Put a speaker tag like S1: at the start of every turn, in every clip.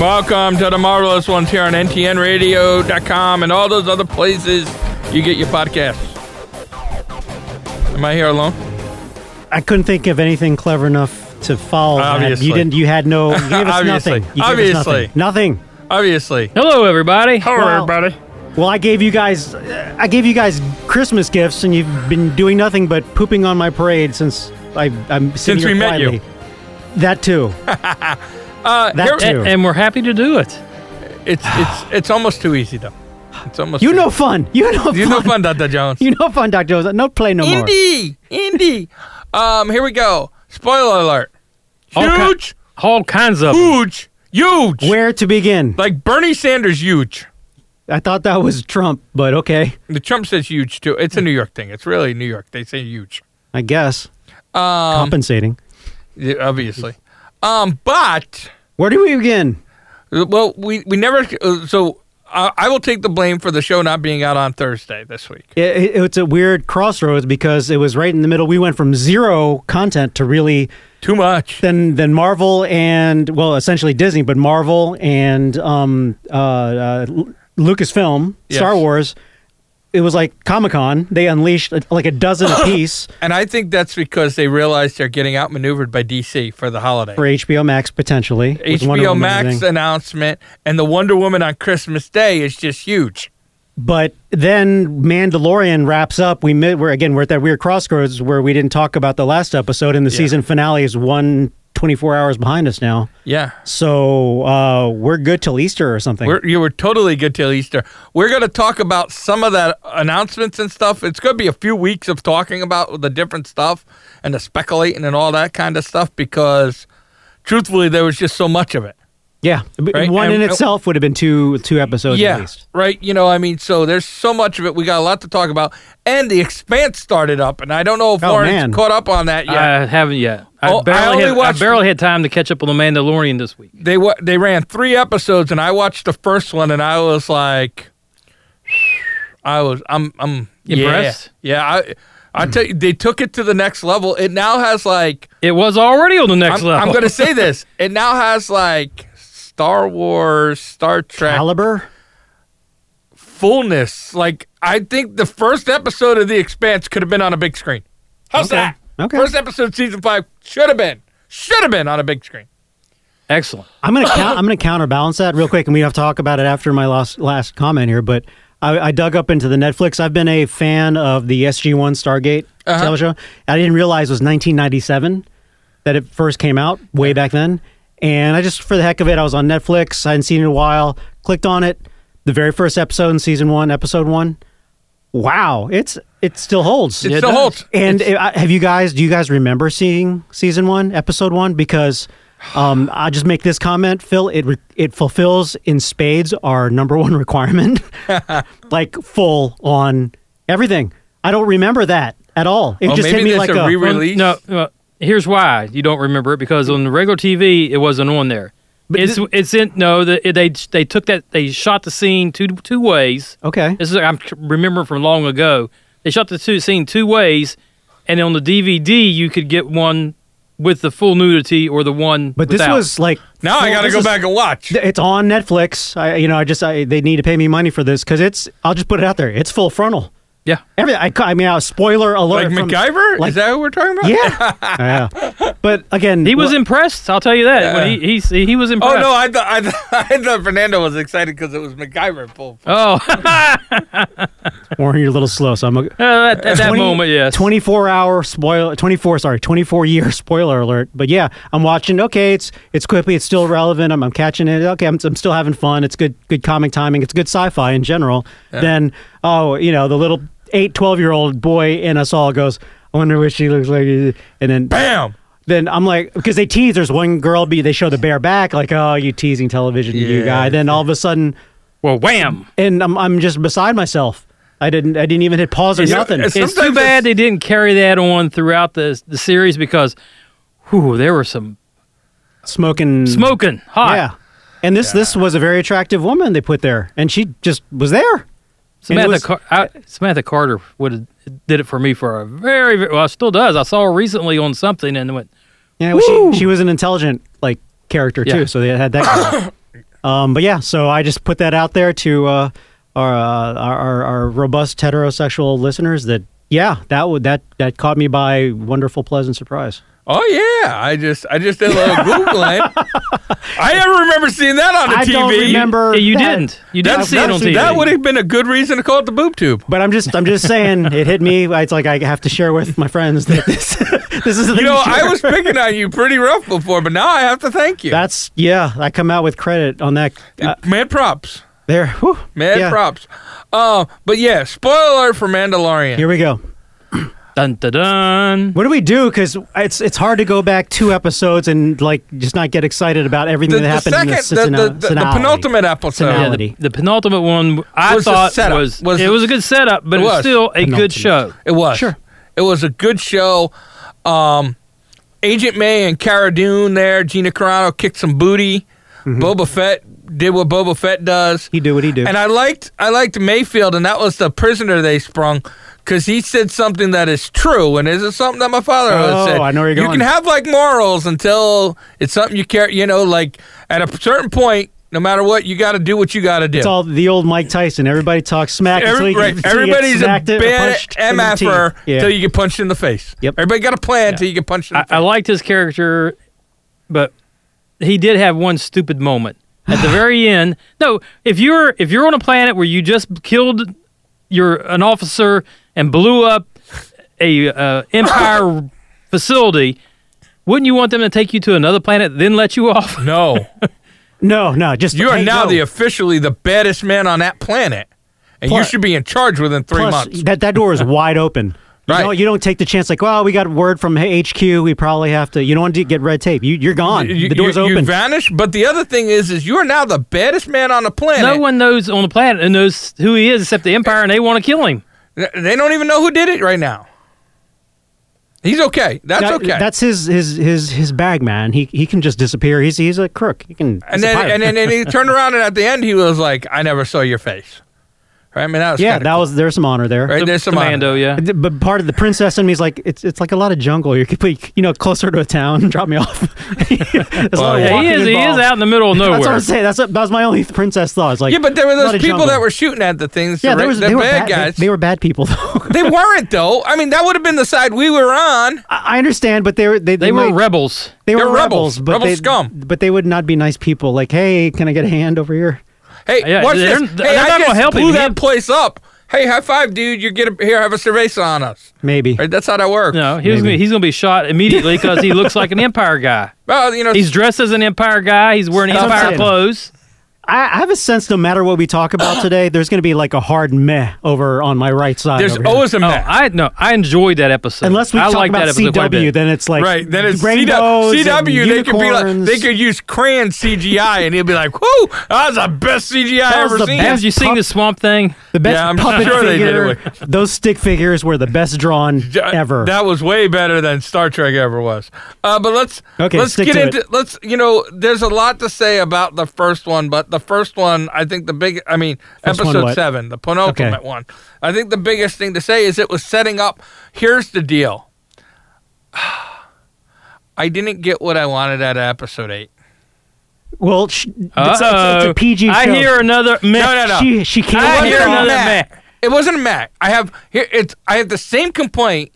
S1: welcome to the marvelous ones here on ntnradio.com and all those other places you get your podcasts. Am I here alone?
S2: I couldn't think of anything clever enough to follow. that.
S1: Obviously.
S2: You didn't. You had no. You gave us
S1: Obviously.
S2: nothing. You gave
S1: Obviously.
S2: us nothing. Nothing.
S1: Obviously.
S3: Hello, everybody.
S1: Hello,
S2: Wow.
S1: everybody.
S2: Well, I gave you guys. I gave you guys Christmas gifts, and you've been doing nothing but pooping on my parade since I, I'm sitting
S1: Since
S2: here
S1: we met you.
S2: quietly. That too.
S1: Uh,
S2: That
S1: here-
S2: too.
S3: And, and we're happy to do it.
S1: it's it's it's almost too easy though. It's almost
S2: You
S1: too
S2: know fun. You know fun.
S1: you know fun, Dr. Jones.
S2: You know fun, Dr. Jones. No play no more.
S1: Indy, Indy. Um, here we go. Spoiler alert.
S3: All ki-
S1: Huge,
S3: All kinds of 'em.
S1: huge, huge.
S2: Where to begin?
S1: Like Bernie Sanders, huge.
S2: I thought that was Trump, but okay.
S1: The Trump says huge too. It's a New York thing. It's really New York. They say huge.
S2: I guess.
S1: Um,
S2: Compensating.
S1: yeah, obviously. Um, but
S2: Where do we begin?
S1: well, we we never. Uh, so I, I will take the blame for the show not being out on Thursday this week.
S2: It, it- it's a weird crossroads because it was right in the middle. We went from zero content to really
S1: Too much.
S2: then then Marvel and well, essentially Disney, but Marvel and um uh, uh Lu- Lucasfilm,
S1: Yes.
S2: Star Wars. It was like Comic Con. They unleashed uh, like a dozen apiece
S1: And I think that's because they realize they're getting outmaneuvered by DC for the holiday.
S2: for HBO Max potentially. with Wonder
S1: HBO
S2: Woman and
S1: Max uh,
S2: everything.
S1: announcement and the Wonder Woman on Christmas Day is just huge.
S2: But then Mandalorian wraps up. We mi- we're again we're at that weird crossroads where we didn't talk about the last episode, and the season finale is one 24 hours behind us now.
S1: Yeah.
S2: So uh, we're good till Easter or something.
S1: We're, you were totally good till Easter. We're going to talk about some of that announcements and stuff. It's going to be a few weeks of talking about the different stuff and the speculating and all that kind of stuff because, truthfully, there was just so much of it.
S2: yeah, B-
S1: Right,
S2: one
S1: and-
S2: in itself would have been two two episodes
S1: yeah,
S2: at least.
S1: right. You know, I mean, so there's so much of it. We got a lot to talk about, and the Expanse started up, and I don't know if
S2: Oh,
S1: Lauren's
S2: man. Uh,
S1: caught up on that yet.
S3: I haven't yet. I,
S1: Oh, I
S3: barely
S1: only
S3: had,
S1: watched-
S3: I barely had time to catch up on The Mandalorian this week.
S1: they wa- they ran three episodes, and I watched the first one, and I was like, I was I'm I'm yeah.
S3: Impressed?
S1: Yeah, I I tell you, they took it to the next level. It now has like
S3: It was already on the next
S1: I'm,
S3: level.
S1: I'm gonna say this. It now has like Star Wars, Star Trek
S2: Caliber.
S1: fullness. Like I think the first episode of The Expanse could have been on a big screen. How's
S2: Okay.
S1: that?
S2: Okay.
S1: First episode, of season five should have been should have been on a big screen.
S3: Excellent.
S2: I'm gonna count, I'm gonna counterbalance that real quick, and we have to talk about it after my last last comment here. But I, I dug up into the Netflix. I've been a fan of the SG1 Stargate
S1: Uh-huh.
S2: television. I didn't realize it was 1997 that it first came out way back then. And I just for the heck of it, I was on Netflix. I hadn't seen it in a while. Clicked on it. The very first episode in season one, episode one. Wow, it's it still holds.
S1: It's
S3: it
S1: the
S3: does.
S1: whole.
S2: And uh, have you guys? Do you guys remember seeing season one, episode one? Because um, I just make this comment, Phil. It re- it fulfills in spades our number one requirement, like full on everything. I don't remember that at all. It
S1: Oh,
S2: just hit
S1: maybe
S2: me
S1: that's
S2: like
S1: a
S2: a,
S1: re- Release?
S3: No, uh, here's why you don't remember it because on the regular TV it wasn't on there. it's it's in no the, it- they they took that they shot the scene two two ways.
S2: okay.
S3: This is I'm remembering from long ago. They shot the two scene two ways, and on the DVD you could get one with the full nudity or the one.
S2: But this
S3: without.
S2: was like
S1: Now I
S2: full-
S1: got to
S2: this
S1: go
S2: is-
S1: back and watch.
S2: It's on Netflix. I you know I just I, they need to pay me money for this because it's I'll just put it out there. It's full frontal.
S3: yeah.
S2: Everything. I, ca- I mean, I was spoiler alert.
S1: Like
S2: from-
S1: MacGyver?
S2: like-
S1: Is that what we're talking about?
S2: Yeah. yeah. But again,
S3: He was
S2: well-
S3: impressed. I'll tell you that. When he, he's- he was
S1: Oh
S3: impressed.
S1: no, I thought I, th- I thought Fernando was excited because it was MacGyver full.
S3: oh,
S2: Warren, you're a little slow, so I'm a
S3: at, at that
S2: 20
S3: moment, yes.
S2: 24 hour spoiler, 24, sorry, 24 year spoiler alert. But yeah, I'm watching. Okay, it's it's quickly, it's still relevant. I'm, I'm catching it. Okay, I'm, I'm still having fun. It's good good comic timing. It's good sci-fi in general. Then oh, you know, the little 8, 12 year old boy in us all goes, I wonder what she looks like. And then
S1: Bam.
S2: then I'm like, because they tease. There's one girl. Be they show the bare back. Like, oh, you teasing television, you
S1: Yeah.
S2: guy. Then all of a sudden,
S3: Well, wham.
S2: and I'm I'm just beside myself. I didn't I didn't even hit pause or
S1: It's-
S2: nothing.
S1: it's-
S3: It's too
S1: Sometimes
S3: bad they didn't carry that on throughout the the series because, whew, there were some
S2: smoking
S3: smoking hot.
S2: Yeah. And this this was a very attractive woman they put there, and she just was there. And
S3: Samantha,
S2: it was-
S3: Car- I, Samantha Carter would have did it for me for a very, very well. Still does. I saw her recently on something and went,
S2: Yeah, well, she she was an intelligent like character
S3: Yeah.
S2: too, so they had that. going. Um, but yeah, so I just put that out there to uh, our, uh, our our our robust heterosexual listeners that yeah, that would that that caught me by wonderful pleasant surprise.
S1: Oh yeah, I just I just did a little googling. I never remember seeing that on the
S2: I
S1: TV.
S2: don't remember.
S3: Yeah, you
S2: that.
S3: didn't. You didn't
S1: That's,
S3: see it on
S1: that's-
S3: TV.
S1: That would have been a good reason to call it the boob tube.
S2: But I'm just I'm just saying it hit me. It's like I have to share with my friends that this this is the
S1: You
S2: thing
S1: know,
S2: you share.
S1: I was picking on you pretty rough before, but now I have to thank you.
S2: That's yeah. I come out with credit on that. Uh,
S1: mad props,
S2: there, whew,
S1: mad
S2: yeah.
S1: props. Uh, but yeah, spoiler alert for Mandalorian.
S2: Here we go.
S3: Dun dun dun.
S2: What do we do? Because it's it's hard to go back two episodes and like just not get excited about everything
S1: the,
S2: that
S1: the
S2: happened
S1: second,
S2: in the,
S1: the,
S2: season-
S1: the, the, the
S2: finale.
S1: penultimate episode.
S2: Finale.
S3: Yeah, the, the penultimate one I
S1: Was a
S3: thought
S1: setup.
S3: was,
S1: Was-
S3: it was a good setup, but
S1: It
S3: it was,
S1: was.
S3: still a
S2: Penultimate.
S3: good show.
S1: It was.
S2: Sure.
S1: It was a good show. Um, Agent May and Cara Dune there. Gina Carano kicked some booty. Boba Fett did what Boba Fett does.
S2: Mm-hmm. He do what he do.
S1: And I liked I liked Mayfield, and that was the prisoner they sprung because he said something that is true, and is it something that my father
S2: Oh,
S1: always said?
S2: I know where you're
S1: you
S2: going.
S1: can have like morals until it's something you care. You know, like at a certain point, no matter what, you got to do what you got to do.
S2: it's all the old Mike Tyson. Everybody talks smack. until
S1: Every,
S2: you
S1: right,
S2: get- until you get
S1: everybody's a
S2: smacked it or
S1: bad
S2: punched in the teeth.
S1: mf'er
S2: Yeah.
S1: until you get punched in the face.
S2: Yep.
S1: Everybody got a plan until you get punched in the
S3: I, I
S1: face.
S3: liked his character, but he did have one stupid moment at the very end. No, if you're if you're on a planet where you just killed your an officer and blew up a uh, empire facility, wouldn't you want them to take you to another planet then let you off?
S1: no,
S2: No, no, just
S1: you are
S2: hey,
S1: now
S2: no.
S1: the officially the baddest man on that planet, and you
S2: Plus-
S1: should be in charge within three
S2: Plus,
S1: months.
S2: That that door is wide open. You
S1: Right.
S2: don't, you don't take the chance like, well, we got word from HQ. We probably have to. You don't want to get red tape. You, you're gone.
S1: You-
S2: the door's
S1: you, You
S2: open.
S1: vanish. But the other thing is, is you are now the baddest man on the planet.
S3: No one knows on the planet and knows who he is except the empire, and they want to kill him.
S1: They don't even know who did it right now. He's okay. That's
S2: That-
S1: okay.
S2: That's his his his his bag, man. He he can just disappear. He's he's a crook. He can.
S1: and then and then and he turned around and at the end he was like, "I never saw your face." Right? I mean, that was
S2: yeah,
S1: kinda
S2: that
S1: cool.
S2: was there's some honor there.
S1: Right?
S3: The-
S1: There's some
S3: the
S1: honor.
S3: Mando, yeah.
S2: D- But part of the princess in me is like it's it's like a lot of jungle. You could be you know closer to a town. Drop me off. There's a lot of
S3: Yeah,
S2: walking
S3: he is. He is
S2: involved.
S3: out in the middle of nowhere.
S2: That's what I'm saying. That's what, that was my only princess thought. It's like
S1: Yeah, but there were
S2: a lot
S1: those
S2: of
S1: people
S2: jungle.
S1: that were shooting at the things.
S2: yeah.
S1: the,
S2: There was
S1: the
S2: they were
S1: bad
S2: bad they-
S1: guys.
S2: They, were bad people though.
S1: They weren't though. I mean, that would have been the side we were on.
S2: I I understand, but they were they,
S3: they were
S2: might-
S3: rebels.
S2: they were
S1: They're rebels.
S2: rebels, but
S1: Rebel
S2: they,
S1: scum.
S2: But they would not be nice people. Like, hey, can I get a hand over here?
S1: Hey,
S3: Yeah,
S1: watch
S3: they're-
S1: this.
S3: they're
S1: hey,
S3: not
S1: I
S3: gonna
S1: just
S3: help
S1: blew
S3: him.
S1: that
S3: He-
S1: place up. Hey, high five, dude. You get a, here. Have a cerveza on us.
S2: Maybe.
S1: Right? That's how that works.
S3: No, he was gonna, he's going to be shot immediately because he looks like an Empire guy.
S1: Well, you know,
S3: He's dressed as an Empire guy. He's wearing
S2: That's what I'm
S3: Empire
S2: saying.
S3: clothes.
S2: I, I have a sense no matter what we talk about today, there's going to be like a hard meh over on my right side.
S1: there's
S2: over here.
S1: always a
S3: Oh,
S1: mess.
S3: I no, I enjoyed that episode.
S2: Unless we
S3: I
S2: talk
S3: like
S2: about
S3: that episode quite a
S2: CW,
S3: bit.
S2: then it's like
S1: Right, then it's
S2: rainbows
S1: CW.
S2: and
S1: CW they could be like,
S2: unicorns.
S1: they could use crayon CGI, and he'd be like, "Whoo, that was the best CGI I
S2: was
S1: ever
S2: the
S1: seen."
S3: Have you seen
S2: Pup-
S3: the Swamp Thing?
S2: the best
S1: Yeah, I'm
S2: puppet
S1: sure they did
S2: figure.
S1: it
S2: Those stick figures were the best drawn
S1: J-
S2: ever.
S1: That was way better than Star Trek ever was. Uh, but let's
S2: Okay,
S1: let's
S2: stick
S1: get
S2: to
S1: into let's you know there's a lot to say about the first one, but the first one I think the big I mean
S2: First one
S1: episode
S2: what?
S1: seven, the penultimate
S2: Okay.
S1: one. I think the biggest thing to say is it was setting up. Here's the deal. I didn't get what I wanted out of episode eight.
S2: well, sh- it's, it's, it's a
S3: Uh-oh.
S2: PG show.
S3: I hear another. Meh.
S1: No, no, no.
S2: She she can't.
S3: I
S1: It
S2: walk
S3: hear
S1: wasn't
S2: on
S1: a
S3: another
S1: Mac.
S3: Mac.
S1: It wasn't a Mac. I have here. It's I have the same complaint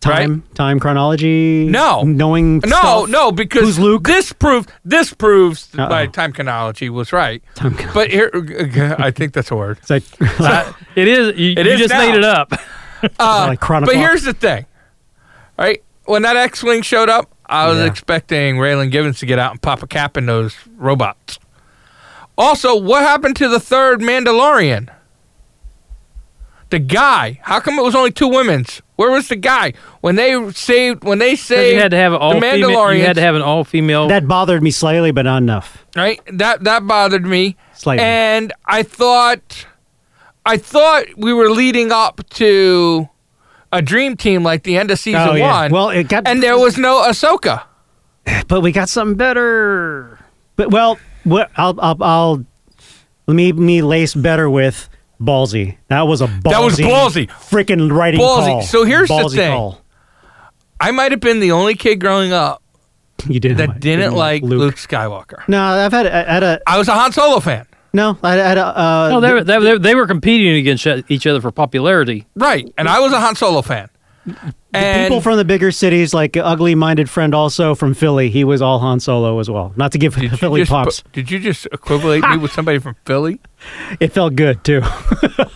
S2: time time chronology.
S1: No.
S2: knowing
S1: No,
S2: stuff.
S1: no, because
S2: Who's Luke?
S1: this proved this proves that
S2: Uh-oh.
S1: my time chronology was right.
S2: Time chronology.
S1: But here, I think that's a word.
S2: It's like,
S3: I- it is. You,
S1: It
S3: you
S1: is
S3: just
S1: now.
S3: made it up.
S1: Uh,
S2: like chronicle-
S1: but here's the thing, right? When that X-wing showed up, I was
S2: Yeah.
S1: expecting Raylan Givens to get out and pop a cap in those robots. Also, what happened to the third Mandalorian? The guy. How come it was only two women's? Where was the guy when they saved? When they
S3: 'Cause
S1: saved
S3: You had to have all
S1: the
S3: female.
S1: Mandalorians,
S3: You had to have an all female.
S2: that bothered me slightly, but not enough.
S1: right? That that bothered me.
S2: Slightly.
S1: And I thought, I thought we were leading up to a dream team like the end of season
S2: oh yeah.
S1: one.
S2: Well, it got
S1: and there was no Ahsoka.
S2: but we got something better. But well, what I'll I'll, I'll let me me lace better with ballsy. That was a ballsy.
S1: That was ballsy.
S2: Freaking writing
S1: Ballsy.
S2: call.
S1: So here's the
S2: Ballsy
S1: thing.
S2: Call.
S1: I might have been the only kid growing up
S2: you didn't
S1: that
S2: like-
S1: didn't like Luke,
S2: Luke.
S1: Skywalker.
S2: No, I've had I had a
S1: I was a Han Solo fan.
S2: no. I had a uh,
S3: No, Oh, they were, they, were- they were competing against each other for popularity.
S1: Right. And I was a Han Solo fan. And
S2: people from the bigger cities, like ugly minded friend, also from Philly. He was all Han Solo as well. Not to give
S1: did you
S2: Philly
S1: just
S2: pops.
S1: put- did you just equivalent me with somebody from Philly?
S2: it felt good too.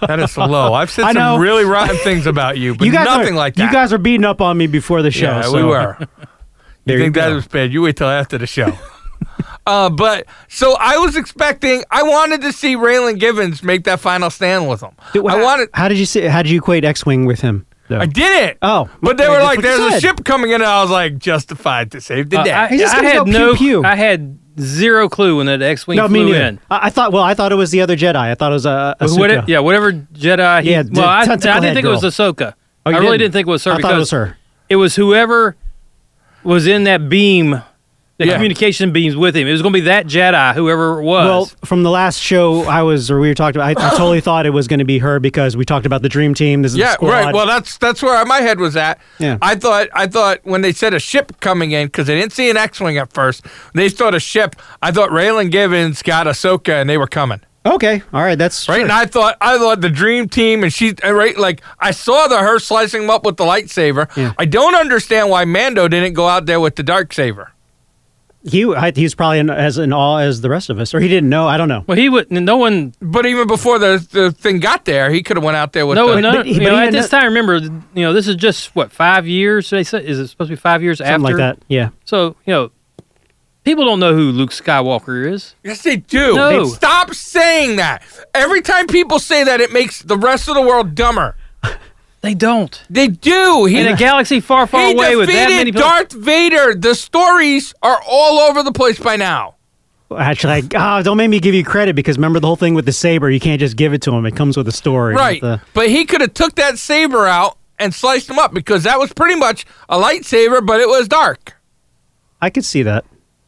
S1: That is low. I've said
S2: I know.
S1: some really rotten things about you, but
S2: you guys
S1: nothing
S2: are,
S1: like that.
S2: You guys are beating up on me before the show.
S1: yeah, we
S2: so-
S1: were.
S2: There
S1: you think that
S2: go.
S1: was bad? You wait till after the show. uh, but so I was expecting. I wanted to see Raylan Givens make that final stand with him.
S2: Dude,
S1: I
S2: how-
S1: wanted.
S2: How did you see? How did you equate X Wing with him? though?
S1: I did it.
S2: Oh,
S1: but they
S2: okay,
S1: were
S2: that's
S1: like,
S2: what you
S1: "There's a
S2: said.
S1: ship coming in," and I was like, "Justified to save the
S3: Uh,
S1: day."
S3: I,
S2: He's just
S3: I
S2: gonna
S3: had
S2: go pew,
S3: no,
S2: pew.
S3: I had zero clue when that X-wing
S2: No, me
S3: flew
S2: neither.
S3: in.
S2: I, I thought. Well, I thought it was the other Jedi. I thought it was a. a
S3: What- yeah, whatever Jedi. He,
S2: Yeah, the
S3: well, I, I didn't
S2: tentacle head
S3: think it was
S2: girl.
S3: Ahsoka.
S2: Oh,
S3: I
S2: you didn't?
S3: really didn't think it was her
S2: I
S3: because
S2: thought it was her.
S3: it was whoever was in that beam, the
S1: Yeah.
S3: communication beams with him. It was going to be that Jedi, whoever it was.
S2: Well, from the last show I was, or we were talking about, I, I totally thought it was going to be her because we talked about the dream team. This is
S1: yeah,
S2: the squad.
S1: right. Well, that's that's where my head was at.
S2: Yeah.
S1: I thought I thought when they said a ship coming in because they didn't see an X-wing at first. They thought a ship. I thought Raylan Givens got Ahsoka and they were coming.
S2: okay, all right, that's
S1: Right,
S2: sure.
S1: and I thought I thought the dream team, and she uh, right like I saw the her slicing them up with the lightsaber.
S2: Yeah.
S1: I don't understand why Mando didn't go out there with the dark saber.
S2: He I, he's probably in, as in awe as the rest of us, or he didn't know. I don't know.
S3: well, he would. No one.
S1: But even before the the thing got there, he could have went out there with
S3: No,
S1: the,
S3: one. no,
S2: But- but
S3: you
S2: he
S3: know, at
S2: didn't
S3: this time, remember, you know, this is just what five years. They said is it supposed to be five years
S2: Something
S3: after
S2: like that. Yeah.
S3: So you know, people don't know who Luke Skywalker is.
S1: Yes, they do.
S3: No.
S1: Stop saying that. Every time people say that, it makes the rest of the world dumber.
S3: They don't.
S1: They do. He,
S3: In a galaxy far, far
S1: he
S3: away with that
S1: defeated
S3: many people.
S1: Darth Vader. The stories are all over the place by now.
S2: Actually, like, ah, don't make me give you credit because remember the whole thing with the saber. You can't just give it to him. It comes with a story.
S1: Right.
S2: The-
S1: But he could have took that saber out and sliced him up because that was pretty much a lightsaber, but it was dark.
S2: I could see that.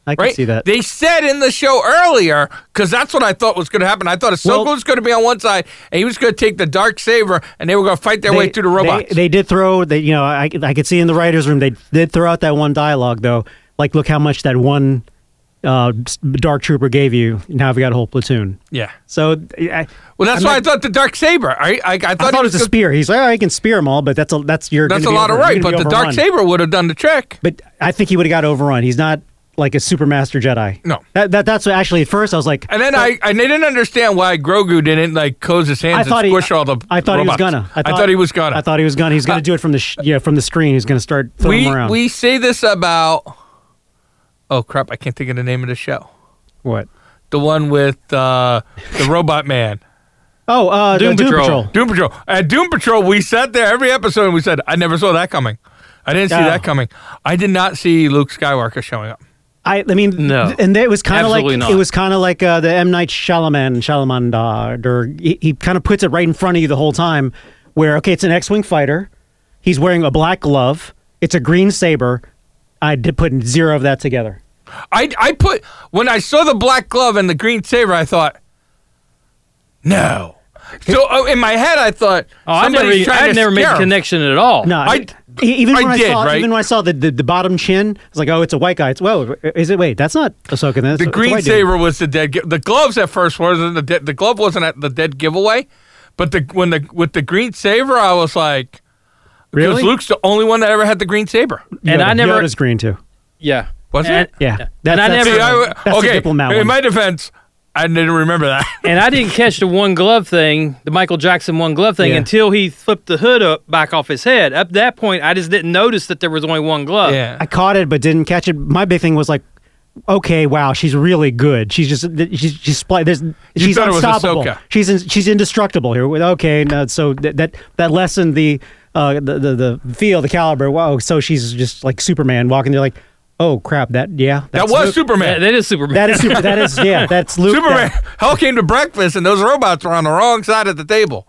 S2: I could
S1: Right?
S2: see that.
S1: They said in the show earlier, because that's what I thought was going to happen. I thought Ahsoka
S2: Well-
S1: was going to be on one side, and he was going to take the dark saber, and they were going to fight their way through the robots.
S2: They, they did throw that. You know, I, I could see in the writers' room they did throw out that one dialogue though. Like, look how much that one uh, s- dark trooper gave you. Now I've got a whole platoon.
S1: yeah.
S2: So I,
S1: Well, that's why
S2: I'm not-
S1: I thought the dark saber. I, I, I thought,
S2: I
S1: he
S2: thought it was a
S1: gonna-
S2: spear. He's like, oh, I can spear them all, but that's a that's your.
S1: That's a lot of right, but the dark saber would have done the trick.
S2: But I think he would have got overrun. He's not like a super master Jedi.
S1: No.
S2: that, that that's what, actually at first I was like,
S1: And then I, I didn't understand why Grogu didn't like close his hands
S2: I
S1: and
S2: thought he,
S1: squish all the.
S2: I thought he
S1: robots.
S2: was gonna.
S1: I thought he was gonna. Uh,
S2: I thought he was gonna. He's gonna do it from the sh- yeah from the screen. He's gonna start throwing
S1: we
S2: them around.
S1: we say this about oh crap i can't think of the name of the show
S2: what?
S1: the one with uh, the robot man
S2: Oh, uh,
S3: Doom
S2: the Doom
S3: Patrol.
S2: Patrol.
S1: doom patrol at doom patrol we sat there every episode and we said i never saw that coming i didn't see
S2: Oh.
S1: that coming i did not see luke skywalker showing up
S2: I, I mean,
S3: No.
S2: th- and it was kind of like
S3: Absolutely not.
S2: it was kind of like uh, the M Night Shyamalan, Shyamalan, or he, he kind of puts it right in front of you the whole time. Where okay, it's an X-wing fighter. He's wearing a black glove. It's a green saber. I did put zero of that together.
S1: I, I put when i saw the black glove and the green saber i thought no so uh, in my head i thought
S3: Oh, I never,
S1: somebody's trying
S3: I
S1: to
S3: never made
S1: scare
S3: the
S1: him.
S3: connection at all.
S2: No, I,
S1: I-
S2: e- even
S1: I
S2: when I
S1: did,
S2: saw
S1: right?
S2: even when I saw the, the, the bottom chin, I was like, oh, it's a white guy. It's whoa, is it? Wait, that's not Ahsoka. That's
S1: The
S2: it's a
S1: green
S2: white dude.
S1: saber was the dead. gi- The gloves at first wasn't the dead. The glove wasn't at the dead giveaway, but the when the with the green saber, I was like, because
S2: Really?
S1: Luke's the only one that ever had the green saber.
S3: and
S2: Yoda.
S3: I never.
S2: Yoda's green too.
S3: yeah.
S1: Was it?
S3: And-
S2: Yeah,
S3: and I
S2: that's-
S1: See,
S3: never.
S1: I w-
S2: that's the
S1: okay,
S2: diplomat
S1: in
S2: one.
S1: my defense, I didn't remember that.
S3: and I didn't catch the one glove thing, the Michael Jackson one glove thing,
S2: Yeah.
S3: until he flipped the hood up back off his head. Up that point, I just didn't notice that there was only one glove.
S1: yeah,
S2: I caught it but didn't catch it. My big thing was like, okay, wow, she's really good. She's just she's she's spl- there's she's
S1: thought it was
S2: unstoppable.
S1: Ahsoka.
S2: She's in, she's indestructible here. With okay, no, so that that that lessened the uh the the, the feel, the caliber. Wow, so she's just like Superman walking. there like, oh crap, that yeah,
S1: that
S2: that's
S1: was
S2: Luke.
S1: Superman.
S3: That, that is Superman.
S2: That is super, that is yeah, that's Luke.
S1: Superman.
S2: That-
S1: Hell came to breakfast, and those robots were on the wrong side of the table.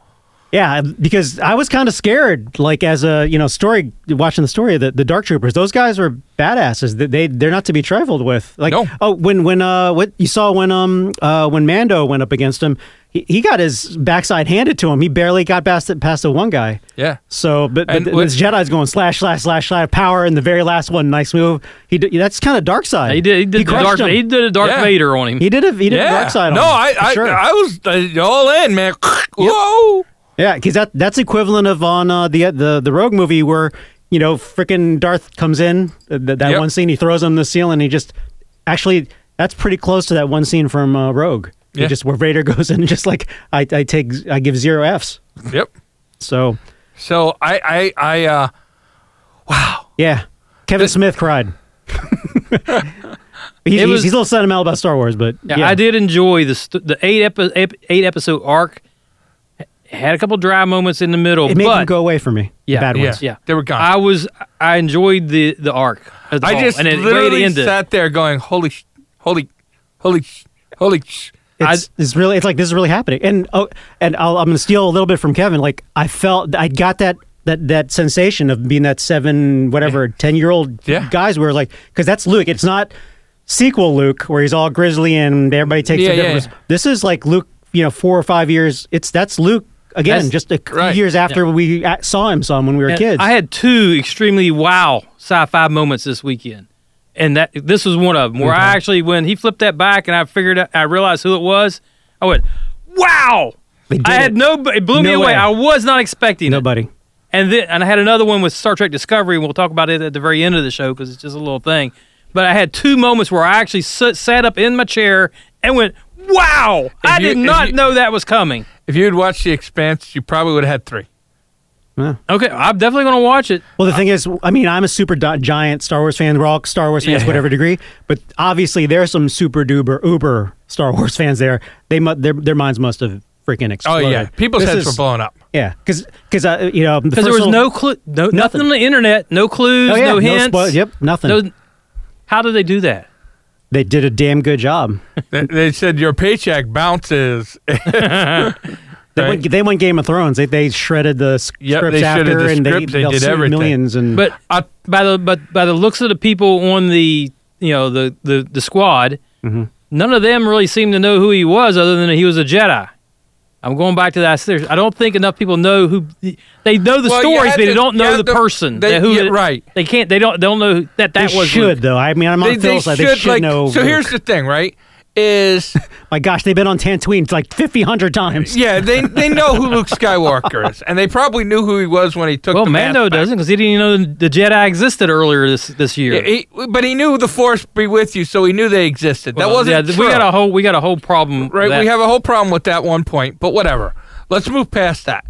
S2: Yeah, um, because I was kind of scared, like as a you know story watching the story that the Dark Troopers, those guys were badasses. That they they're not to be trifled with. Like
S1: No.
S2: oh, when when uh what you saw when um uh when Mando went up against him, he, he got his backside handed to him. He barely got past the, past the one guy.
S1: Yeah.
S2: So, but, but
S1: And
S2: th-
S1: what-
S2: this Jedi's going slash slash slash slash power, and the very last one, nice move. He did, that's kind of dark side.
S3: He did. He did, the
S2: crushed
S3: Darth,
S2: him.
S3: he did a Darth
S1: Yeah.
S3: Vader on him.
S2: He did a he did a dark side.
S1: No,
S2: on him,
S1: I
S2: for
S1: I,
S2: sure.
S1: I was uh, all in, man. Whoa.
S2: Yeah, because that that's equivalent of on uh, the the the Rogue movie where you know freaking Darth comes in uh, th- that
S1: Yep.
S2: one scene he throws him in the ceiling and he just actually that's pretty close to that one scene from uh, Rogue. It
S1: Yeah.
S2: Just where Vader goes in and just like I, I take I give zero Fs.
S1: Yep.
S2: So
S1: So I I I uh
S2: yeah, Kevin Smith cried. he's,
S3: It
S2: he's-
S3: was-
S2: he's a little sentimental about Star Wars, but
S3: Yeah, I did enjoy the st- the eight epi- ep- eight episode arc. H- Had a couple dry moments in the middle,
S2: It made
S3: but
S2: him go away from me. the
S3: Yeah,
S2: bad
S1: yeah,
S2: ones.
S3: yeah,
S1: They were gone.
S3: I was I enjoyed the the arc. As the
S1: I
S3: whole,
S1: just
S3: Oh, and it, the way it
S1: literally
S3: ended.
S1: sat there going, holy, sh- holy, holy, sh- holy. sh-
S2: It's, it's really it's like this is really happening. And oh, and I'll, I'm going to steal a little bit from Kevin. Like I felt I got that that that sensation of being that seven whatever ten year old
S1: Yeah.
S2: guys where like because that's Luke. It's not sequel Luke where he's all grizzly and everybody takes
S1: Yeah,
S2: a
S1: yeah,
S2: different.
S1: yeah.
S2: This is like Luke, you know, four or five years. It's that's Luke again,
S3: That's-
S2: just a few
S1: right.
S2: years after we a- saw him some when we were
S3: And
S2: kids.
S3: I had two extremely wow sci-fi moments this weekend, and that this was one of them where I actually when he flipped that back and I figured out, I realized who it was. I went, wow!
S2: They did
S3: I had
S2: it.
S3: no, it blew me
S2: No
S3: away.
S2: way.
S3: I was not expecting it.
S2: nobody.
S3: And then and I had another one with Star Trek Discovery, and we'll talk about it at the very end of the show because it's just a little thing. But I had two moments where I actually sat, sat up in my chair and went, "Wow! I
S1: you-
S3: did
S1: if
S3: not
S1: you-
S3: know that was coming."
S1: If you had watched The Expanse, you probably would have had three.
S2: Yeah.
S3: Okay, I'm definitely going to watch it.
S2: Well, the thing is, I mean, I'm a super di- giant Star Wars fan. We're all Star Wars fans,
S3: Yeah.
S2: whatever degree. But obviously, there's some super duber uber Star Wars fans there. They mu- their their minds must have freaking
S1: Oh
S2: exploded.
S1: yeah, people's
S2: This
S1: heads
S2: is-
S1: were blown up.
S2: Yeah, because because uh, you know
S3: Because there was no clue, no, nothing.
S2: Nothing.
S3: on the internet, no clues,
S2: oh, yeah,
S3: no hints.
S2: spo- yep, nothing.
S3: no- how did they do that?
S2: they did a damn good job.
S1: They, they said your paycheck bounces.
S2: They,
S1: Right.
S2: went, they went Game of Thrones. They, they shredded the s-
S1: Yep,
S2: scripts
S1: they shredded
S2: after,
S1: the
S2: and
S1: scripts.
S2: they,
S1: They
S2: they'll
S1: did
S2: sue
S1: everything.
S2: millions. And
S3: But
S1: I,
S3: by the but by the looks of the people on the you know the the, the squad, none of them really seemed to know who he was, other than that he was a Jedi. I'm going back to that. There's- I don't think enough people know who they know the
S1: Well, you
S3: stories,
S1: had
S3: but they
S1: to-
S3: don't
S1: you
S3: know
S1: had
S3: the
S1: to-
S3: person.
S1: they-
S3: that who
S1: yeah,
S3: it-
S1: right.
S3: They can't. They don't. They'll know that that
S2: they
S3: was
S2: should
S3: Luke.
S2: though. I mean, I'm on
S1: they, they
S2: Phil's side.
S1: should,
S2: They should
S1: like.
S2: know.
S1: so here's the thing, right? Is
S2: my gosh, they've been on Tatooine like 50, 100 times.
S1: yeah, they they know who Luke Skywalker is, and they probably knew who he was when he took.
S3: Well,
S1: the mask
S3: Mando
S1: back.
S3: doesn't because he didn't even know the Jedi existed earlier this this year.
S1: Yeah, he, but he knew the Force be with you, so he knew they existed.
S3: Well,
S1: that wasn't
S3: yeah,
S1: true.
S3: We got a whole we got a whole problem.
S1: right?
S3: that-
S1: We have a whole problem with that one point, but whatever. Let's move past that.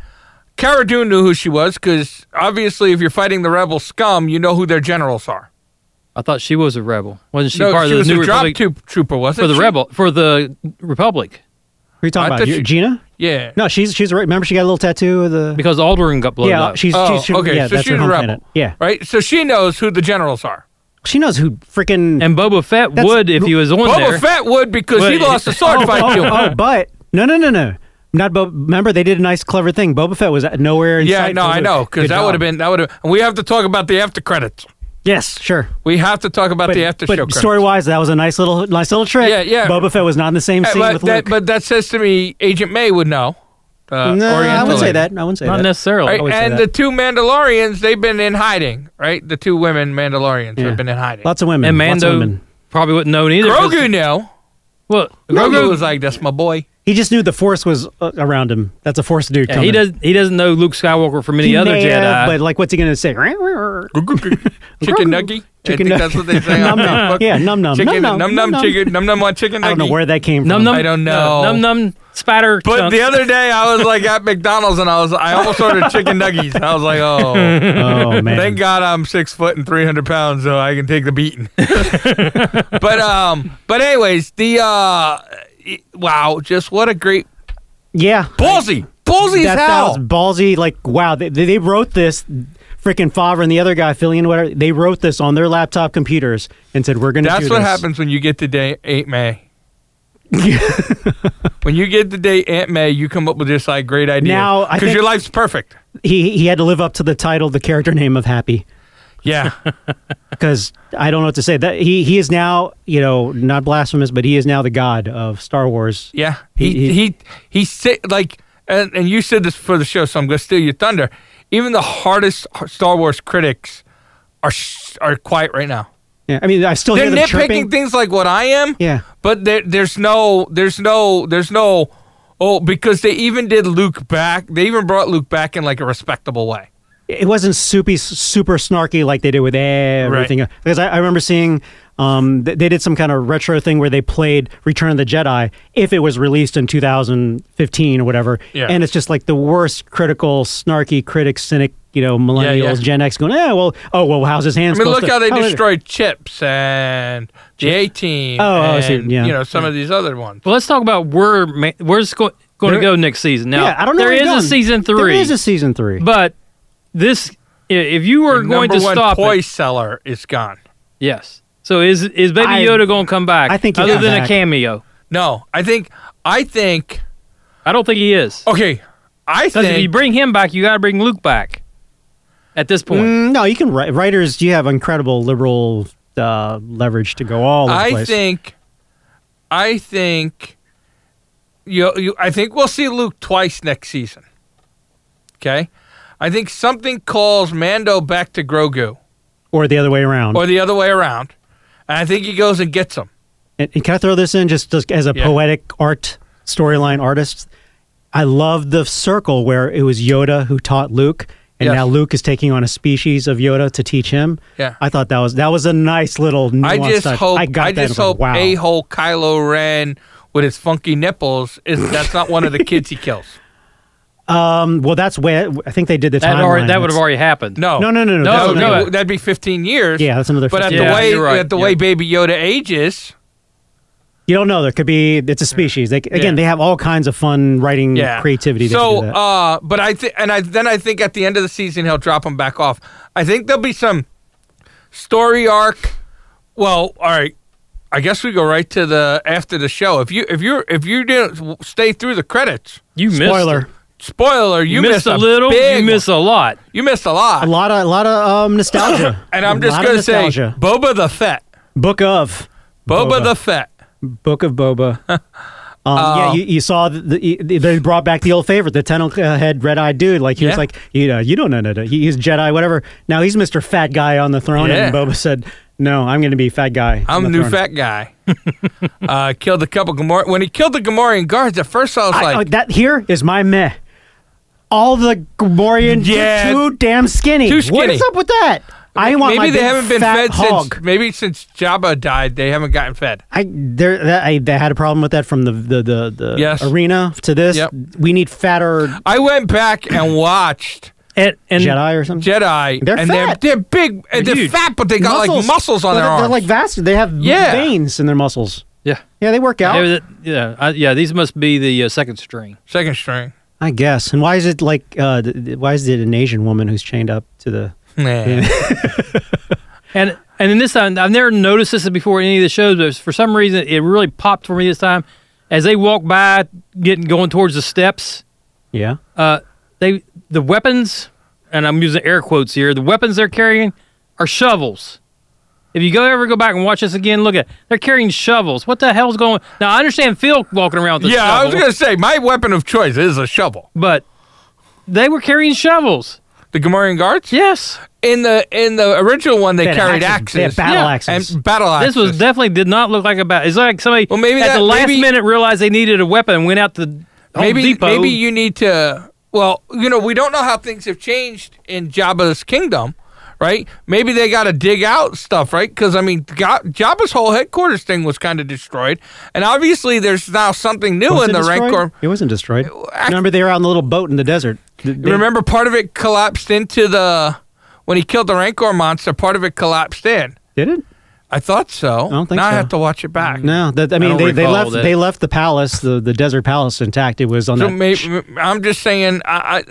S1: Cara Dune knew who she was because obviously, if you're fighting the rebel scum, you know who their generals are.
S3: I thought she was a rebel. Wasn't she
S1: no,
S3: part
S1: she
S3: of
S1: was
S3: the new
S1: a drop
S3: Republic
S1: troop- trooper, wasn't
S3: for the
S1: she?
S3: rebel for the Republic?
S2: Who are you
S1: I
S2: talking
S1: thought
S2: about? You-
S1: you-
S2: Gina?
S1: Yeah.
S2: No, she's she's right. Remember, she got a little tattoo of the.
S3: because Alderaan got blown
S2: yeah,
S3: up.
S2: she's,
S1: Oh,
S2: she's she,
S1: okay.
S2: yeah,
S1: so
S2: that's
S1: she's
S2: her
S1: a
S2: home
S1: rebel.
S2: planet. Yeah,
S1: Right. So she knows who the generals are.
S2: she knows who freaking.
S3: and Boba Fett
S2: That's-
S3: would if he was on
S1: Boba
S3: there.
S1: Fett would because he
S3: Wait.
S1: lost a sword
S2: oh,
S1: fight to him.
S2: oh, but no, no, no, no. Not Bob. Remember, they did a nice, clever thing. Boba Fett was at nowhere in
S1: Yeah,
S2: sight
S1: no,
S2: for
S1: I
S2: Luke.
S1: know because
S2: Good
S1: that
S2: job.
S1: would have been that would have. And we have to talk about the after credits.
S2: Yes, sure.
S1: We have to talk about
S2: But,
S1: the after show
S2: but
S1: credits.
S2: story-wise, that was a nice little, nice little trick.
S1: Yeah, yeah.
S2: Boba Fett was not in the same
S1: Uh,
S2: scene
S1: but,
S2: with
S1: that,
S2: Luke.
S1: but that says to me, Agent May would know. Uh,
S2: no, I
S1: Oriental
S2: wouldn't say
S1: lady.
S2: that. I wouldn't say
S3: Not
S2: that.
S3: necessarily.
S1: Right,
S2: would say
S1: and
S2: that.
S1: the two Mandalorians, they've been in hiding, right? The two women Mandalorians
S2: Yeah.
S1: have been in hiding.
S2: Lots of women.
S3: And
S2: lots of
S3: Mando
S2: women.
S3: probably wouldn't know either.
S1: Grogu knew.
S3: Well,
S1: Grogu
S3: Grogu
S1: was like, "That's my boy."
S2: He just knew the Force was uh, around him. That's a Force dude.
S3: yeah,
S2: coming.
S3: he does. He doesn't know Luke Skywalker from any
S2: He
S3: other
S2: may
S3: Jedi.
S2: have, but like, what's he going to say?
S1: Chicken nugget. I think
S2: Chicken nug-
S1: that's what they say. on
S2: Num num.
S1: Facebook.
S2: Yeah, num num.
S1: Chicken
S2: Num
S1: num
S2: num. Num num.
S1: chicken num num on chicken
S2: I don't know
S1: nugget.
S2: where that came from.
S3: num num.
S1: I don't know.
S3: Num num. Spider.
S1: But
S3: chunks.
S1: the other day, I was like at McDonald's and I was I almost ordered chicken nuggies. And I was like, "Oh,
S2: Oh man.
S1: Thank God I'm six foot and three hundred pounds, so I can take the beating. but um, but anyways, the uh, e- wow, just what a great
S2: Yeah.
S1: ballsy, ballsy
S2: that,
S1: as
S2: that
S1: hell.
S2: was ballsy. Like wow, they, they they wrote this. Freaking Favre and the other guy, Fillion, whatever. They wrote this on their laptop computers and said, "We're going to."
S1: That's what happens when you get to day eight May. When you get the date Aunt May, you come up with this like great idea.
S2: Now, I
S1: because
S2: think-
S1: your life's perfect.
S2: He he had to live up to the title, the character name of Happy,
S1: Yeah,
S2: because I don't know what to say. That he he is now you know not blasphemous, but he is now the god of Star Wars.
S1: yeah.
S2: He-
S1: He
S2: he-
S1: he he, sa- like and, and you said this for the show, so I'm gonna steal your thunder. Even the hardest Star Wars critics are sh- are quiet right now.
S2: Yeah, I mean I still
S1: They're
S2: hear them
S1: nitpicking
S2: chirping.
S1: things like what I am.
S2: Yeah.
S1: But there, there's no, there's no, there's no, oh, because they even did Luke back. They even brought Luke back in like a respectable way.
S2: it wasn't soupy, super snarky like they did with everything. Because I, I remember seeing um, th- they did some kind of retro thing where they played Return of the Jedi if it was released in 2015 or whatever.
S1: Yeah.
S2: And it's just like the worst critical, snarky critic, cynic, you know, millennials,
S1: yeah.
S2: Gen X going, yeah, well, oh, well, how's his
S1: I
S2: hands?
S1: mean,
S2: supposed
S1: look
S2: to-
S1: how they
S2: is it-"
S1: destroyed Chips and the A Team.
S2: Oh, I see,
S1: and,
S2: yeah.
S1: You know, some of these other ones.
S3: Well, let's talk about where ma- where's go- going to
S2: There-
S3: go next season. Now,
S2: yeah, I don't know.
S3: there
S2: where
S3: is
S2: they're
S3: a
S2: going.
S3: season three,
S2: There is a season three.
S3: but this i- if you were
S1: The
S3: going
S1: number
S3: to
S1: one
S3: stop
S1: toy
S3: it,
S1: seller is gone.
S3: yes. So is is Baby
S2: I-
S3: Yoda going to come back?
S2: I think he'll
S3: other
S2: come
S3: than a
S2: back.
S3: cameo,
S1: No, I think, I think,
S3: I don't think he is.
S1: okay, I
S3: Because if you
S1: think.
S3: bring him back, you got to bring Luke back. At this point,
S2: Mm, no, you can write. Writers, you have incredible liberal uh, leverage to go all over the
S1: I
S2: place.
S1: think, I think, you, you, I think we'll see Luke twice next season. Okay, I think something calls Mando back to Grogu,
S2: or the other way around.
S1: or the other way around, and I think he goes and gets him.
S2: And, and can I throw this in just, just as a
S1: Yeah.
S2: poetic art storyline artist? I love the circle where it was Yoda who taught Luke, and
S1: Yes.
S2: now Luke is taking on a species of Yoda to teach him.
S1: Yeah.
S2: I thought that was that was a nice little.
S1: I
S2: nuanced
S1: just
S2: touch.
S1: hope.
S2: I
S1: I,
S2: got that.
S1: just
S2: and I was
S1: hope
S2: like, wow.
S1: a hole Kylo Ren with his funky nipples is that's not one of the kids he kills.
S2: Um, well, that's where I think they did the
S3: that already,
S2: timeline.
S3: that would have
S2: That's-
S3: already happened.
S1: No,
S2: No, no, no, no.
S3: No,
S2: that's
S1: That would
S2: another-
S3: no.
S1: be- that'd be fifteen years.
S2: Yeah, that's another.
S1: But at
S2: 50.
S1: the
S3: Yeah,
S1: way
S3: you're right.
S1: at the
S3: Yeah.
S1: way Baby Yoda ages,
S2: you don't know. There could be. It's a species. They, again,
S1: Yeah.
S2: they have all kinds of fun writing creativity. that
S1: So,
S2: can do that.
S1: uh, but I think, and I then I think at the end of the season he'll drop him back off. I think there'll be some story arc. Well, all right. I guess we go right to the after the show. If you if you if you didn't stay through the credits,
S3: you missed
S2: spoiler.
S3: it.
S1: spoiler, you,
S3: You missed, a little.
S1: big
S3: You missed
S1: one.
S3: a lot.
S1: you missed a lot.
S2: a lot of a lot of um, nostalgia.
S1: And I'm
S2: A
S1: just
S2: lot of
S1: gonna say,
S2: nostalgia.
S1: Boba the Fett,
S2: book of
S1: Boba,
S2: Boba.
S1: the Fett.
S2: Book of Boba. Um, yeah,
S1: Um,
S2: you, you saw the, the, the- they brought back the old favorite, the tunnel uh, head red eyed dude. Like he was
S1: Yeah.
S2: like, you know, you don't know, no, no. He, he's Jedi, whatever. Now he's Mister Fat Guy on the throne,
S1: Yeah.
S2: and Boba said, "No, I'm going to be Fat Guy." on
S1: I'm
S2: the
S1: the new
S2: throne."
S1: fat guy. uh, killed a couple Gamor. When he killed the Gamorrean guards, at first I was
S2: I-
S1: like,
S2: oh, that here is my meh. All the Gamorrean
S1: Yeah.
S2: too damn skinny.
S1: Too skinny.
S2: What is up with that? I want
S1: maybe
S2: my
S1: they
S2: big
S1: haven't been
S2: fat
S1: fed
S2: hog.
S1: since maybe since Jabba died. They haven't gotten fed.
S2: I there that I, they had a problem with that from the the the, the
S1: Yes.
S2: arena to this.
S1: Yep.
S2: We need fatter
S1: I went back and watched
S3: And, and
S2: Jedi or something.
S1: Jedi,
S2: They're
S1: and
S2: fat.
S1: they're th're big and
S3: They're
S1: they're,
S3: huge.
S1: fat, but they got like muscles on
S2: They're-
S1: their
S2: they're,
S1: arms.
S2: like vascular. They have
S1: Yeah.
S2: veins in their muscles.
S3: yeah,
S2: Yeah, they work out.
S3: They were the- yeah, I, yeah. These must be the uh, second string.
S1: Second string.
S2: I guess. And why is it like? Uh, th- th- why is it an Asian woman who's chained up to the?
S1: Yeah.
S3: And and in this time, I've never noticed this before in any of the shows, but for some reason, it really popped for me this time. As they walk by, getting going towards the steps,
S2: Yeah.
S3: uh, they the weapons, and I'm using air quotes here. The weapons they're carrying are shovels. If you go ever go back and watch this again, look at they're carrying shovels. What the hell's going? Now I understand Phil walking around with a
S1: Yeah, I
S3: shovel,
S1: was gonna say my weapon of choice is a shovel.
S3: but they were carrying shovels.
S1: The Gamorrean guards.
S3: Yes,
S1: In the in the original one, they,
S2: They had
S1: carried
S2: axes.
S1: axes.
S2: They had battle
S3: Yeah.
S2: axes.
S1: And battle axes.
S3: this was definitely did not look like a bat. It's like somebody
S1: Well, maybe
S3: at
S1: that-
S3: the last
S1: maybe-
S3: minute realized they needed a weapon and went out to Home
S1: maybe
S3: Depot.
S1: maybe you need to. Well, you know, we don't know how things have changed in Jabba's kingdom, right? Maybe they got to dig out stuff, right? Because I mean, Ga- Jabba's whole headquarters thing was kind of destroyed, and obviously there's now something new
S2: Was
S1: in
S2: it
S1: the
S2: destroyed?
S1: Rancor.
S2: It wasn't destroyed.
S1: I-
S2: Remember, they were out on the little boat in the desert. Th- they-
S1: Remember, part of it collapsed into the when he killed the Rancor monster. Part of it collapsed in.
S2: Did it?
S1: I thought so. I
S2: don't think
S1: now I
S2: so.
S1: have to watch it back.
S2: No. That, I mean,
S3: don't
S2: they, they
S3: recall
S2: left.
S3: that.
S2: They left the palace, the, the desert palace, intact. It was on
S1: So
S2: that.
S1: maybe, I'm just saying I, I,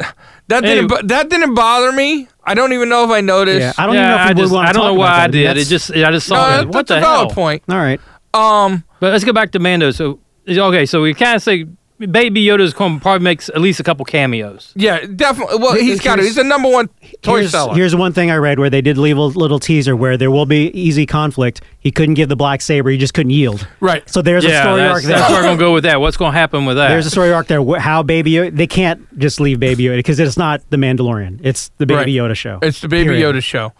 S1: that
S3: Hey.
S1: didn't bo- that didn't bother me. I don't even know if I noticed.
S2: yeah. I don't
S3: Yeah,
S2: even know if
S3: I
S2: we
S3: just,
S2: want
S3: I
S2: to
S3: don't know why I did. It just I just saw
S1: No,
S3: it.
S1: that-
S3: Oh, What
S1: Oh, that's
S3: the
S1: a valid
S3: hell?
S1: point.
S2: All right.
S1: Um,
S3: But let's go back to Mando. So okay, so we kind of say Baby Yoda's going to probably makes at least a couple cameos.
S1: Yeah, definitely. Well, he's got it. He's
S2: here's-
S1: the number one toy
S2: here's,
S1: seller.
S2: here's one thing I read where they did leave a little teaser where there will be easy conflict. He couldn't give the black saber; he just couldn't yield.
S1: Right.
S2: So there's a
S3: yeah,
S2: story
S3: that's,
S2: arc there.
S3: that's where I'm going to go with that. What's going to happen with that?
S2: There's a story arc there. wh- How Baby Yoda, they can't just leave Baby Yoda because it's not the Mandalorian. It's the Baby
S1: Right.
S2: Yoda show.
S1: It's the Baby
S2: Period.
S1: Yoda show.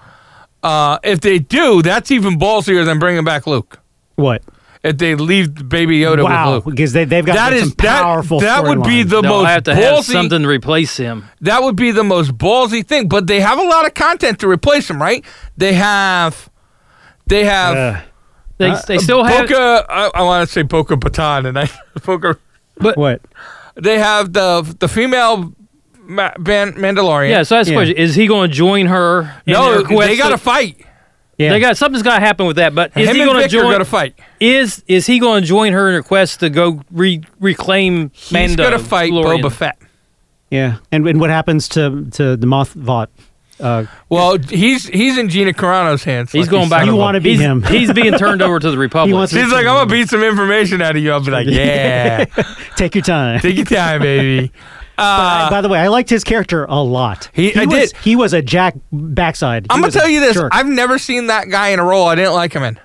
S1: Uh, if they do, that's even ballsier than bringing back Luke.
S2: What?
S1: If they leave Baby Yoda
S2: wow,
S1: with Luke,
S2: because they, they've got
S1: that
S2: like,
S1: is
S2: some powerful.
S1: that. That would be
S2: storylines.
S1: the
S3: They'll
S1: most
S3: have to
S1: ballsy.
S3: have something to replace him.
S1: That would be the most ballsy thing. But they have a lot of content to replace him, right? They have, they have.
S2: Ugh.
S3: They, they still have.
S1: Uh, Boca, I, I want to say Boca Baton, and I Boca.
S2: what?
S1: They have the the female ma- ban- Mandalorian.
S3: Yeah, so that's
S2: Yeah.
S3: the question. Is he going to join her? in
S1: no,
S3: their quest
S1: they got
S3: to-
S1: to fight.
S2: Yeah.
S3: They got something's got to happen with that. But is
S1: Him
S3: he
S1: and
S3: going to
S1: Victor
S3: join?
S1: got to fight.
S3: Is is he going to join her in her quest to go re- reclaim Mando?
S1: He's going to fight
S3: Lorian?
S1: Boba Fett.
S2: yeah. And, and what happens to to the Moth Vought? Uh,
S1: Well, he's he's in Gina Carano's hands.
S3: He's
S1: like
S3: going
S1: you
S3: back.
S1: son
S2: You
S1: of a-
S2: wanna be
S3: he's,
S2: him.
S3: he's being turned over to the Republic.
S2: wants to-
S1: She's like, I'm gonna beat some information out of you. I'll be like, yeah,
S2: take your time.
S1: take your time, baby. Uh,
S2: By the way, I liked his character a lot.
S1: He- I
S2: was,
S1: did.
S2: He was a jack backside. He
S1: I'm gonna
S2: was a
S1: tell you this:
S2: jerk.
S1: I've never seen that guy in a role I didn't like him in.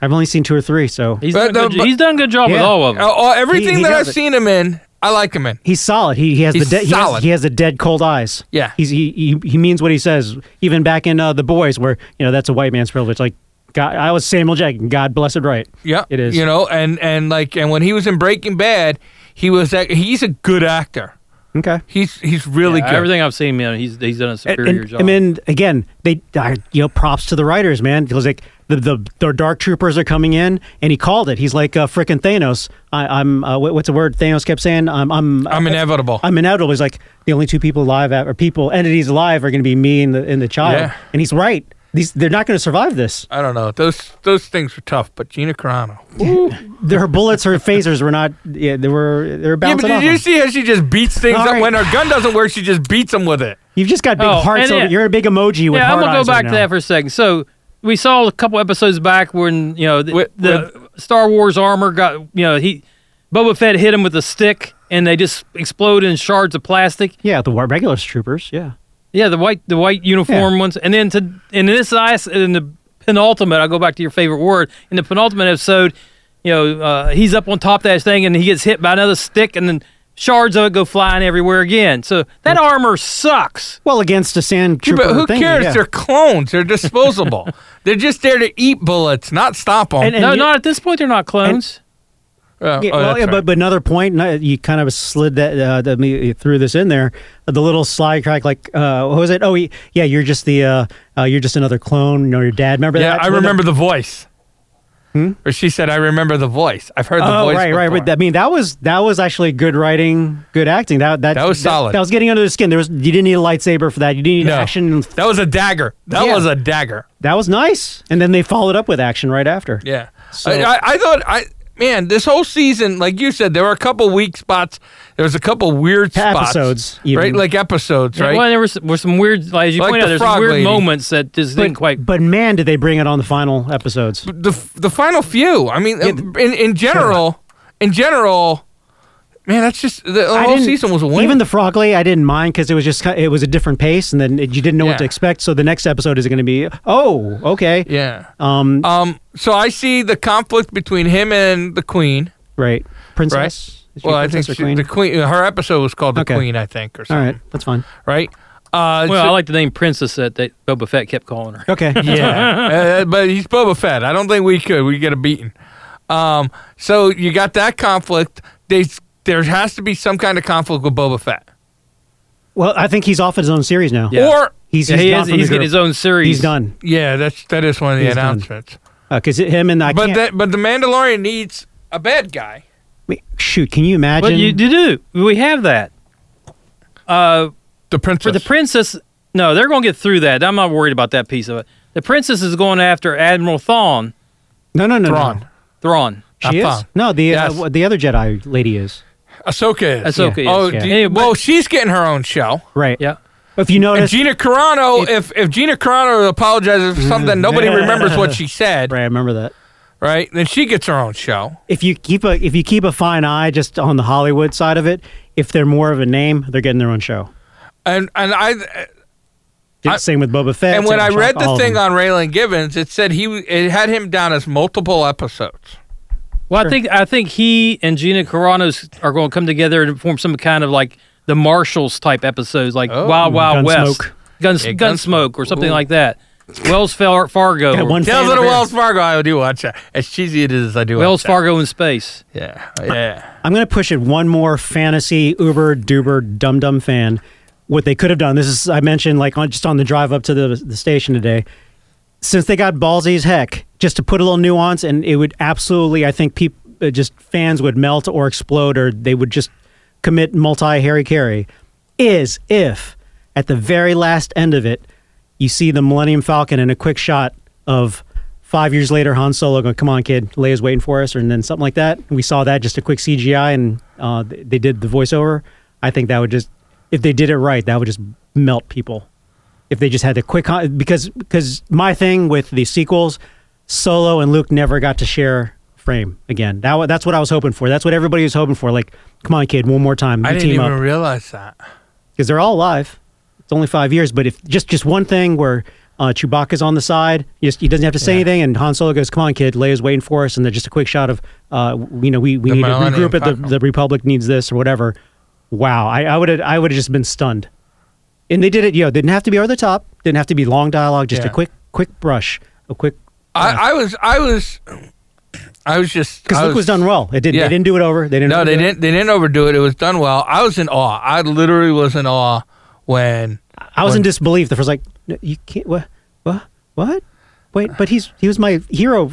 S2: I've only seen two or three, so
S3: He's,
S1: But
S3: done a
S1: the-
S3: good,
S1: but-
S3: he's done a good job with
S2: Yeah.
S3: all of them.
S1: Uh, uh, everything
S2: he
S1: that
S2: does
S1: I've
S2: it.
S1: seen him in, I like him in.
S2: he's solid. He, he has
S1: He's
S2: the de- he has-
S1: solid.
S2: He, has, the dead cold eyes.
S1: Yeah.
S2: he's he, he he means what he says. Even back in uh, the boys, where you know that's a white man's privilege. Like God, I was Samuel Jackson. God blessed right.
S1: Yeah,
S2: it is.
S1: You know, and and like and when he was in Breaking Bad, he was a, he's a good actor.
S2: Okay.
S1: He's he's really
S3: Yeah,
S1: good.
S3: Everything I've seen, man, he's he's done a
S2: And,
S3: superior
S2: and-
S3: job.
S2: I mean, again, they I, you know props to the writers, man, because like the, the the dark troopers are coming in, and he called it. He's like uh, frickin' Thanos. I, I'm uh, what- what's the word Thanos kept saying? I'm I'm
S1: I'm inevitable.
S2: I'm inevitable. He's like the only two people alive at, or people entities alive are going to be me and the and the child.
S1: Yeah.
S2: And he's right. These they're not going to survive this.
S1: I don't know. Those those things were tough, but Gina Carano.
S2: Their bullets, her phasers were not. Yeah, they were they were
S1: Yeah, but
S2: bouncing
S1: did
S2: off.
S1: you
S2: them.
S1: see how she just beats things
S2: All
S1: up
S2: right.
S1: when her gun doesn't work? She just beats them with it.
S2: You've just got big
S3: Oh,
S2: hearts.
S3: and
S2: Over,
S3: it-
S2: you're a big emoji with
S3: yeah, I'm
S2: heart
S3: gonna go
S2: eyes
S3: back
S2: right
S3: to
S2: now.
S3: that for a second. So we saw a couple episodes back when you know the,
S1: With-
S3: the Star Wars armor got you know he Boba Fett hit him with a stick and they just exploded in shards of plastic.
S2: Yeah, the war regular troopers. Yeah.
S3: Yeah, the white the white uniform ones, and then to and this last in the penultimate, I'll go back to your favorite word in the penultimate episode. You know, uh, he's up on top of that thing and he gets hit by another stick, and then shards of it go flying everywhere again. So that armor sucks.
S2: Well, against a sand
S1: Yeah,
S2: trooper.
S1: but who
S2: thingy,
S1: cares?
S2: yeah.
S1: They're clones. They're disposable. They're just there to eat bullets, not stop Oh, them.
S2: And- and-
S3: no,
S2: you-
S3: not at this point. They're not clones.
S2: Yeah,
S1: Oh,
S2: well, yeah, but, but another point, no, you kind of slid that, uh, that me threw this in there. The little slide crack, like uh, what was it? Oh, he, yeah, you're just the uh, uh, you're just another clone. You know, your dad. Remember
S1: yeah,
S2: that?
S1: I remember the voice. Or she said, "I remember the voice. I've heard the
S2: Hmm? oh,
S1: voice."
S2: right, right.
S1: before."
S2: But I mean, that was that was actually good writing, good acting. That that,
S1: That was solid.
S2: That, was getting under the skin. There was you didn't need a lightsaber for that. You didn't need
S1: No.
S2: action.
S1: That was a dagger. That
S2: Yeah.
S1: was a dagger.
S2: That was nice. And then they followed up with action right after.
S1: Yeah.
S2: So-
S1: I, I, I thought I man, this whole season, like you said, there were a couple weak spots. There was a couple weird spots,
S2: Episodes, even.
S1: right? Like episodes, right?
S3: Well, there was, were some weird, like, as you
S1: Like
S3: pointed
S1: the
S3: out, there's some
S1: frog
S3: weird
S1: lady.
S3: moments that just didn't quite.
S2: But man, did they bring it on the final episodes?
S1: the the final few. I mean, in in general, in general, man, that's just the
S2: I
S1: whole
S2: didn't-
S1: season was a win.
S2: Even the Frogley, I didn't mind because it was just ki- it was a different pace, and then it, you didn't know
S1: Yeah.
S2: what to expect. So the next episode is going to be oh okay
S1: yeah.
S2: um
S1: Um. So I see the conflict between him and the queen.
S2: right
S1: Right.
S2: princess. Is she
S1: well, I think
S2: princess or
S1: she,
S2: queen?
S1: the queen. Her episode was called the
S2: Okay.
S1: queen, I think, or
S2: All
S1: something.
S2: right, that's fine.
S1: Right. Uh,
S3: Well,
S1: so-
S3: I like the name Princess that, that Boba Fett kept calling her.
S2: Okay,
S1: yeah, uh, but he's Boba Fett. I don't think we could. We get a beating. Um, so you got that conflict. They, there has to be some kind of conflict with Boba Fett.
S2: well, I think he's off his own series now.
S3: Yeah.
S1: Or
S2: He's
S3: Yeah,
S2: he's
S3: he
S2: done
S3: is,
S2: from the
S3: he's getting
S2: group.
S3: his own series.
S2: He's done
S1: yeah, that's that is one of the
S2: He's done.
S1: announcements.
S2: because him and I
S1: but
S2: can't.
S1: that, but the Mandalorian needs a bad guy.
S2: wait, shoot, can you imagine?
S3: But you, you do. We have that. Uh,
S1: The
S3: for
S1: princess.
S3: the princess, no, they're going to get through that. I'm not worried about that piece of it. The princess is going after Admiral Thawne.
S2: no, no, no,
S1: Thrawn.
S2: no.
S3: Thrawn.
S2: She
S1: Appa.
S2: is no the
S1: Yes.
S2: uh, w- the other Jedi lady is
S1: Ahsoka is.
S3: Ahsoka
S1: Oh,
S3: is. Yeah.
S1: do-
S3: Anyway, but-
S1: well, she's getting her own show.
S2: right.
S3: Yeah.
S2: If you
S1: And
S2: notice,
S1: Gina Carano, if if Gina Carano apologizes for something, nobody remembers what she said.
S2: right, I remember that.
S1: right? Then she gets her own show.
S2: If you keep a if you keep a fine eye just on the Hollywood side of it, if they're more of a name, they're getting their own show.
S1: And and I
S2: Did
S1: I-
S2: the same with Boba Fett.
S1: and when I
S2: same with
S1: read
S2: Chuck,
S1: the
S2: all of
S1: thing
S2: them.
S1: on Raylan Givens, it said he it had him down as multiple episodes.
S3: Well, I think I think he and Gina Carano's are going to come together and form some kind of like the Marshals type episodes, like
S1: Oh.
S3: Wild Wild West,
S2: Gunsmoke.
S3: Guns,
S1: Yeah,
S3: Gunsmoke, or
S1: Gunsmoke.
S3: something
S1: Ooh.
S3: like that. Wells Far- Fargo,
S2: Got
S3: or
S2: one
S1: Yeah,
S2: fan
S1: little
S2: of it.
S1: Wells Fargo. I do watch that. As cheesy it is, I do.
S3: Wells
S1: watch
S3: Fargo in space.
S1: that. Yeah, yeah.
S2: I'm going to push it one more fantasy Uber Duber Dum Dum fan. What they could have done. This is I mentioned like on just on the drive up to the the station today. Since they got ballsy as heck, just to put a little nuance, and it would absolutely I think people just fans would melt or explode or they would just commit multi Harry Carey. Is if at the very last end of it you see the Millennium Falcon in a quick shot of five years later, Han Solo going, "Come on, kid, Leia's waiting for us," and then something like that. We saw that just a quick CGI, and uh, th- they did the voiceover. I think that would just, if they did it right, that would just melt people. If they just had the quick, con- because because my thing with the sequels, Solo and Luke never got to share frame again. That wa- that's what I was hoping for. That's what everybody was hoping for. Like, come on, kid, one more time.
S1: I
S2: You
S1: didn't
S2: team
S1: even
S2: up
S1: realize that.
S2: because they're all alive. It's only five years, but if just just one thing where uh, Chewbacca's on the side, he just he doesn't have to say anything, and Han Solo goes, "Come on, kid, Leia's waiting for us," and then just a quick shot of, uh, w- you know, we, we
S1: The
S2: need to
S1: Millennium
S2: regroup at the,
S1: Falcon.
S2: the Republic needs this or whatever. Wow, I, I would have I would have just been stunned, and they did it. You know, didn't have to be over the top, didn't have to be long dialogue, just
S1: Yeah.
S2: a quick quick brush, a quick
S1: I, I was, I was, I was just
S2: because
S1: I
S2: Luke was done well. It did
S1: Yeah.
S2: they didn't do it over. They didn't
S1: No, they
S2: overdo it.
S1: didn't. They didn't overdo it. It was done well. I was in awe. I literally was in awe when
S2: I was
S1: When-
S2: in disbelief. The first like, "No, you can't. What? What? What? Wait, but he's he was my hero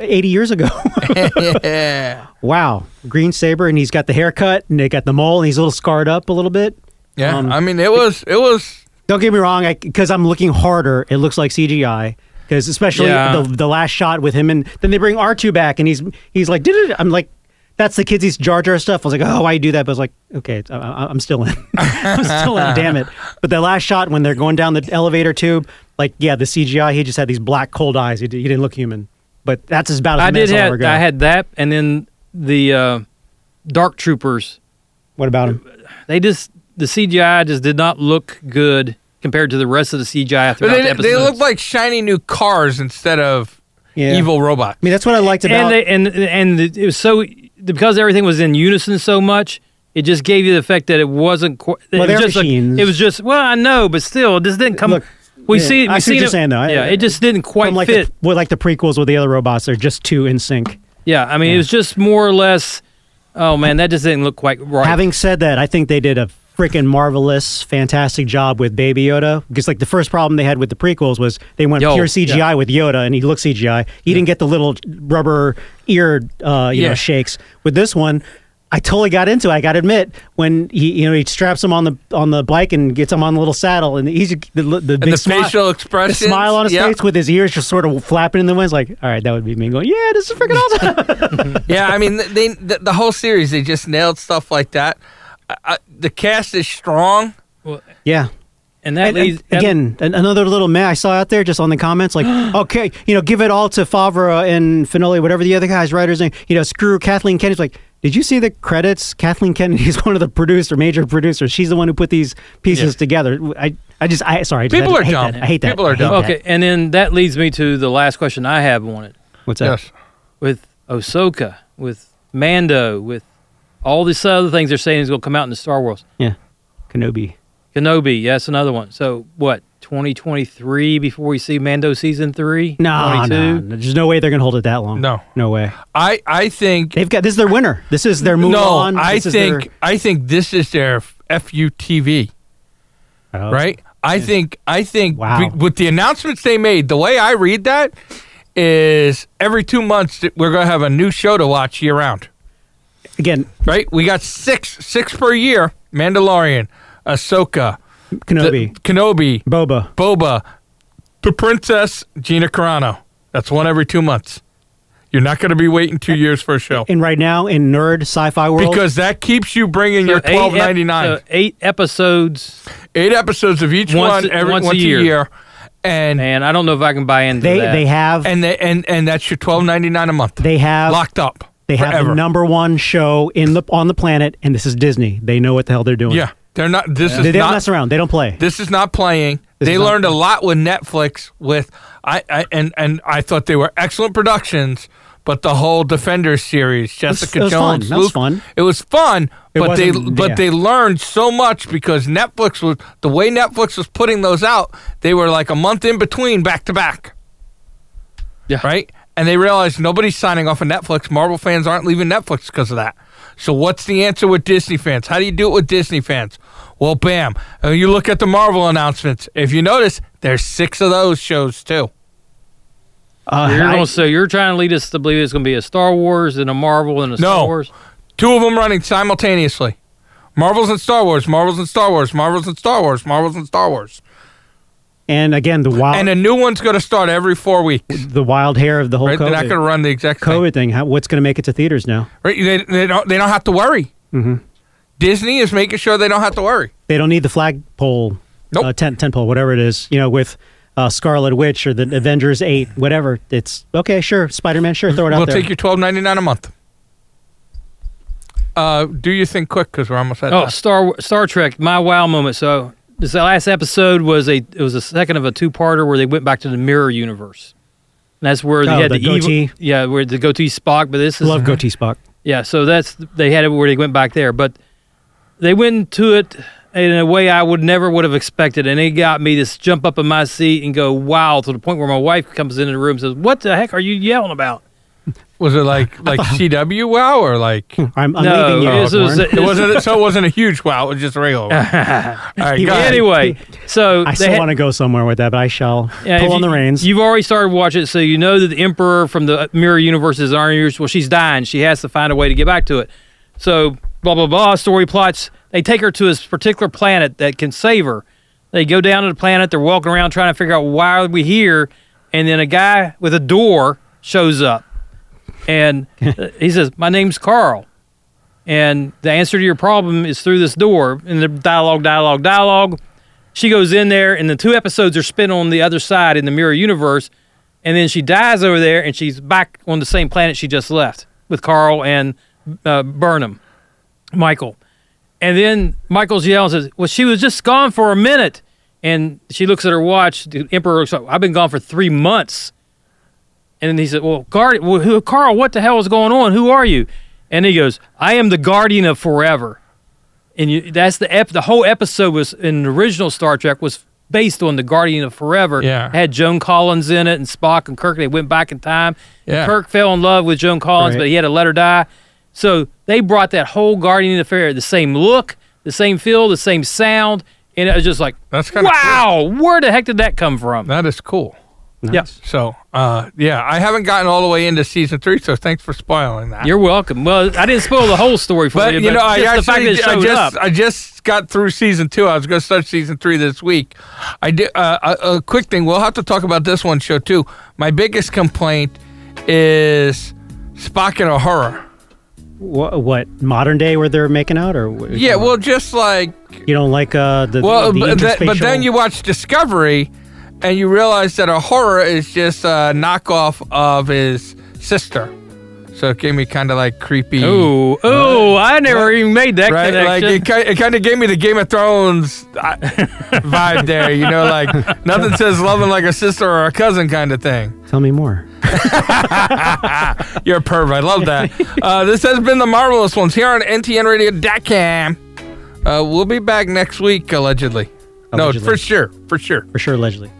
S2: eighty years ago.
S1: yeah,
S2: wow, green saber, and he's got the haircut, and they got the mole, and he's a little scarred up a little bit.
S1: yeah.
S2: Um,
S1: I mean, it was, it was.
S2: Don't get me wrong, because I'm looking harder. It looks like CGI. Because especially the
S3: Yeah.
S2: the last shot with him, and then they bring R two back, and he's he's like, did it? I'm like, that's the kids' Jar Jar stuff. I was like, oh, why you do that? But I was like, okay, it's- I, I, I'm still in. I'm still in. Damn it! But the last shot when they're going down the elevator tube, like, yeah, the CGI. He just had these black cold eyes. He, d- he didn't look human. But that's as bad as
S3: I did
S2: minutes I'll
S3: have
S2: ever go.
S3: I had that, and then the uh, Dark Troopers.
S2: What about him?
S3: They just the CGI just did not look good compared to the rest of the CGI
S1: But
S3: throughout the
S1: they,
S3: episode.
S1: they looked like shiny new cars instead of
S2: Yeah.
S1: evil robots.
S2: I mean, that's what I liked about.
S3: and they, and and it was so because everything was in unison so much. It just gave you the effect that it wasn't. Qu-
S2: Well,
S3: it
S2: they're
S3: was just like-
S2: machines.
S3: it was just well, I know, but still, this didn't come.
S2: Look,
S3: we
S2: yeah,
S3: see.
S2: I see
S3: we
S2: what
S3: seen
S2: you're
S3: it-
S2: saying, though. I-
S3: Yeah, it just didn't quite
S2: from like
S3: fit.
S2: the, well, like the prequels with the other robots, they're just too in sync.
S3: yeah, I mean, it was just more or less. Oh man, that just didn't look quite right.
S2: Having said that, I think they did a freaking marvelous, fantastic job with Baby Yoda. Because like the first problem they had with the prequels was they went
S3: Yo,
S2: pure CGI with Yoda, and he looked CGI. He didn't get the little rubber ear, uh, you
S1: Yeah.
S2: know, shakes. With this one, I totally got into. it. I got to admit when he, you know, he straps him on the on the bike and gets him on the little saddle, and he's the, the big
S1: the
S2: smile-
S1: facial
S2: the
S1: expressions,
S2: smile on his
S1: yeah.
S2: face with his ears just sort of flapping in the wind. It's like, all right, that would be me going, yeah, this is freaking awesome.
S1: yeah, I mean, they the, the whole series they just nailed stuff like that. I, I, the cast is strong.
S2: yeah.
S3: and that
S2: And- and
S3: leads that-
S2: again, an- another little man I saw out there just on the comments, like, okay, you know, give it all to Favreau and Finoli, whatever the other guy's writer's name, you know, screw Kathleen Kennedy's like, did you see the credits? Kathleen Kennedy's one of the producer, major producers. She's the one who put these pieces together. I, I just, I sorry, I just,
S1: People
S2: I,
S1: are
S2: hate
S1: dumb.
S2: That. I hate that.
S1: People are
S2: I hate
S1: dumb.
S2: that.
S3: okay, and then that leads me to the last question I have on it
S2: What's that?
S1: Yes.
S3: with Ahsoka, with Mando, with all these other things they're saying is going to come out in the Star Wars.
S2: Yeah, Kenobi.
S3: Kenobi, yes, another one. So what? 2023 before we see Mando season three?
S2: No, no,
S3: 22?
S2: no, there's no way they're gonna hold it that long.
S1: No.
S2: no way.
S1: I I think
S2: They've got this is their winner. This is their move
S1: no.
S2: on.
S1: I
S2: This is
S1: think
S2: their-
S1: I think this is their FUTV.
S2: Oh.
S1: right? I think I think
S2: Wow.
S1: be- with the announcements they made, the way I read that is every two months that we're going to have a new show to watch year round.
S2: Again,
S1: Right? We got six six per year: Mandalorian, Ahsoka, the-
S2: Kenobi,
S1: Kenobi,
S2: Boba.
S1: Boba, the Princess Gina Carano. That's one every two months. You're not going to be waiting two years for a show
S2: And right now in nerd sci-fi world,
S1: because that keeps you bringing
S3: So
S1: your
S3: eight
S1: twelve
S3: ep-
S1: ninety nine.
S3: so eight episodes.
S1: Eight episodes of each
S3: Once-
S1: one every
S3: once
S1: once,
S3: a
S1: a,
S3: year.
S1: year. and
S3: Man, I don't know if I can buy into
S2: They
S3: that.
S2: they have
S1: and they, and and that's your twelve ninety nine a month.
S2: they have
S1: locked up.
S2: they have
S1: forever.
S2: the number one show in the on the planet, and this is Disney. They know what the hell they're doing.
S1: Yeah, they're not. This
S2: they,
S1: is
S2: they don't
S1: not.
S2: mess around. They don't play.
S1: This is not playing.
S2: This
S1: they
S2: is not-
S1: learned a lot with Netflix. With I, I and and I thought they were excellent productions, but the whole Defenders series, Jessica
S2: it was fun.
S1: Jones,
S2: That was
S1: Luke-
S2: fun.
S1: It was fun,
S2: It
S1: but they
S2: wasn't-
S1: but
S2: yeah.
S1: they learned so much because Netflix was the way Netflix was putting those out. They were like a month in between, back to back.
S3: Yeah.
S1: Right. And they realized nobody's signing off of Netflix. Marvel fans aren't leaving Netflix because of that. So what's the answer with Disney fans? How do you do it with Disney fans? Well, bam. Uh, you look at the Marvel announcements. If you notice, there's six of those shows too.
S2: Uh,
S3: You're
S2: I-
S3: gonna- so you're trying to lead us to believe it's going to be a Star Wars and a Marvel and a
S1: No.
S3: Star Wars.
S1: Two of them running simultaneously. Marvels and Star Wars, Marvels and Star Wars, Marvels and Star Wars, Marvels and Star Wars.
S2: and again, the wild
S1: And a new one's going to start every four weeks.
S2: the wild hair of the whole
S1: Right? They're not going to
S2: COVID,
S1: run the exact thing.
S2: COVID thing. How, what's going to make it to theaters now?
S1: Right? They, they don't. They don't have to worry. Disney is making sure they don't have to worry.
S2: They don't need the flagpole,
S1: Nope.
S2: uh, tent tent pole, whatever it is. You know, with uh, Scarlet Witch or the Avengers Eight, whatever. It's okay, sure. Spider Man, sure. Throw it
S1: We'll
S2: out there.
S1: take your twelve ninety nine a month. Uh, do your thing quick because we're almost at
S3: Oh,
S1: time.
S3: Star Star Trek, my wow moment. So this last episode was a it was a second of a two parter where they went back to the mirror universe. And that's where they
S2: Oh,
S3: had
S2: the
S3: the,
S2: goatee.
S3: evil, yeah, where the goatee Spock. But this is
S2: Love goatee Spock.
S3: yeah. So that's they had it where they went back there, but they went to it in a way I would never would have expected, and it got me to jump up in my seat and go wow to the point where my wife comes into the room and says, "What the heck are you yelling about?"
S1: Was it like like CW wow or like it
S2: I'm, I'm
S3: No,
S2: leaving you.
S3: this was-
S2: Warren.
S1: wasn't so it wasn't a huge wow it was just a regular. Wow. All right, go ahead.
S3: Anyway, so
S2: I
S3: they
S2: still
S3: had-
S2: want to go somewhere with that, but I shall
S3: Yeah, if
S2: pull on
S3: you-
S2: the reins.
S3: You've already started watching it, so you know that the Emperor from the Mirror Universe is our universe. Well, she's dying. She has to find a way to get back to it. So, blah, blah, blah, story plots. They take her to this particular planet that can save her. They go down to the planet. They're walking around trying to figure out why are we here. And then a guy with a door shows up. And uh, he says, My name's Carl. And the answer to your problem is through this door. And the dialogue, dialogue, dialogue she goes in there and the two episodes are spent on the other side in the mirror universe and then she dies over there and she's back on the same planet she just left with carl and uh, burnham michael and then michael's yelling says well she was just gone for a minute and she looks at her watch the emperor looks up i've been gone for three months and then he said well, guard- well who, carl what the hell is going on who are you and he goes i am the guardian of forever and you, that's the ep- the whole episode was in the original Star Trek was based on the Guardian of Forever.
S1: Yeah.
S3: It had Joan Collins in it and Spock and Kirk. They went back in time. And
S1: Yeah.
S3: Kirk fell in love with Joan Collins,
S2: Right.
S3: but he had to let her die. So they brought that whole Guardian of Forever, the same look, the same feel, the same sound, and it was just like,
S1: That's kinda
S3: wow, where the heck did that come from?
S1: That is cool.
S3: Yeah.
S1: So uh, yeah, I haven't gotten all the way into season three, so thanks for spoiling that.
S3: You're welcome. Well, I didn't spoil the whole story for
S1: But
S3: you,
S1: you know, I
S3: just
S1: actually,
S3: the fact that it
S1: I
S3: showed
S1: just,
S3: up.
S1: I just got through season two. I was going to start season three this week. I did uh, a, a quick thing. We'll have to talk about this one show too. My biggest complaint is Spock and O'Hara.
S2: Wha- what modern day where they're making out, or wh-
S1: Yeah, well, just like
S2: you don't like uh, the
S1: well,
S2: the
S1: but, that- but then
S2: interspatial-
S1: you watch Discovery, and you realize that O'Hara is just a knockoff of his sister. So it gave me kind of like creepy.
S3: Oh, oh! I never even made that
S1: right? Like
S3: connection.
S1: it, ki- it kind of gave me the Game of Thrones uh, vibe there, you know, like nothing says loving like a sister or a cousin kind of thing.
S2: tell me more.
S1: You're a perv. I love that. Uh, this has been the marvelous ones here on NTNRadio.com. Uh, we'll be back next week, allegedly. No,
S2: Allegedly.
S1: for sure, for sure.
S2: for sure, allegedly.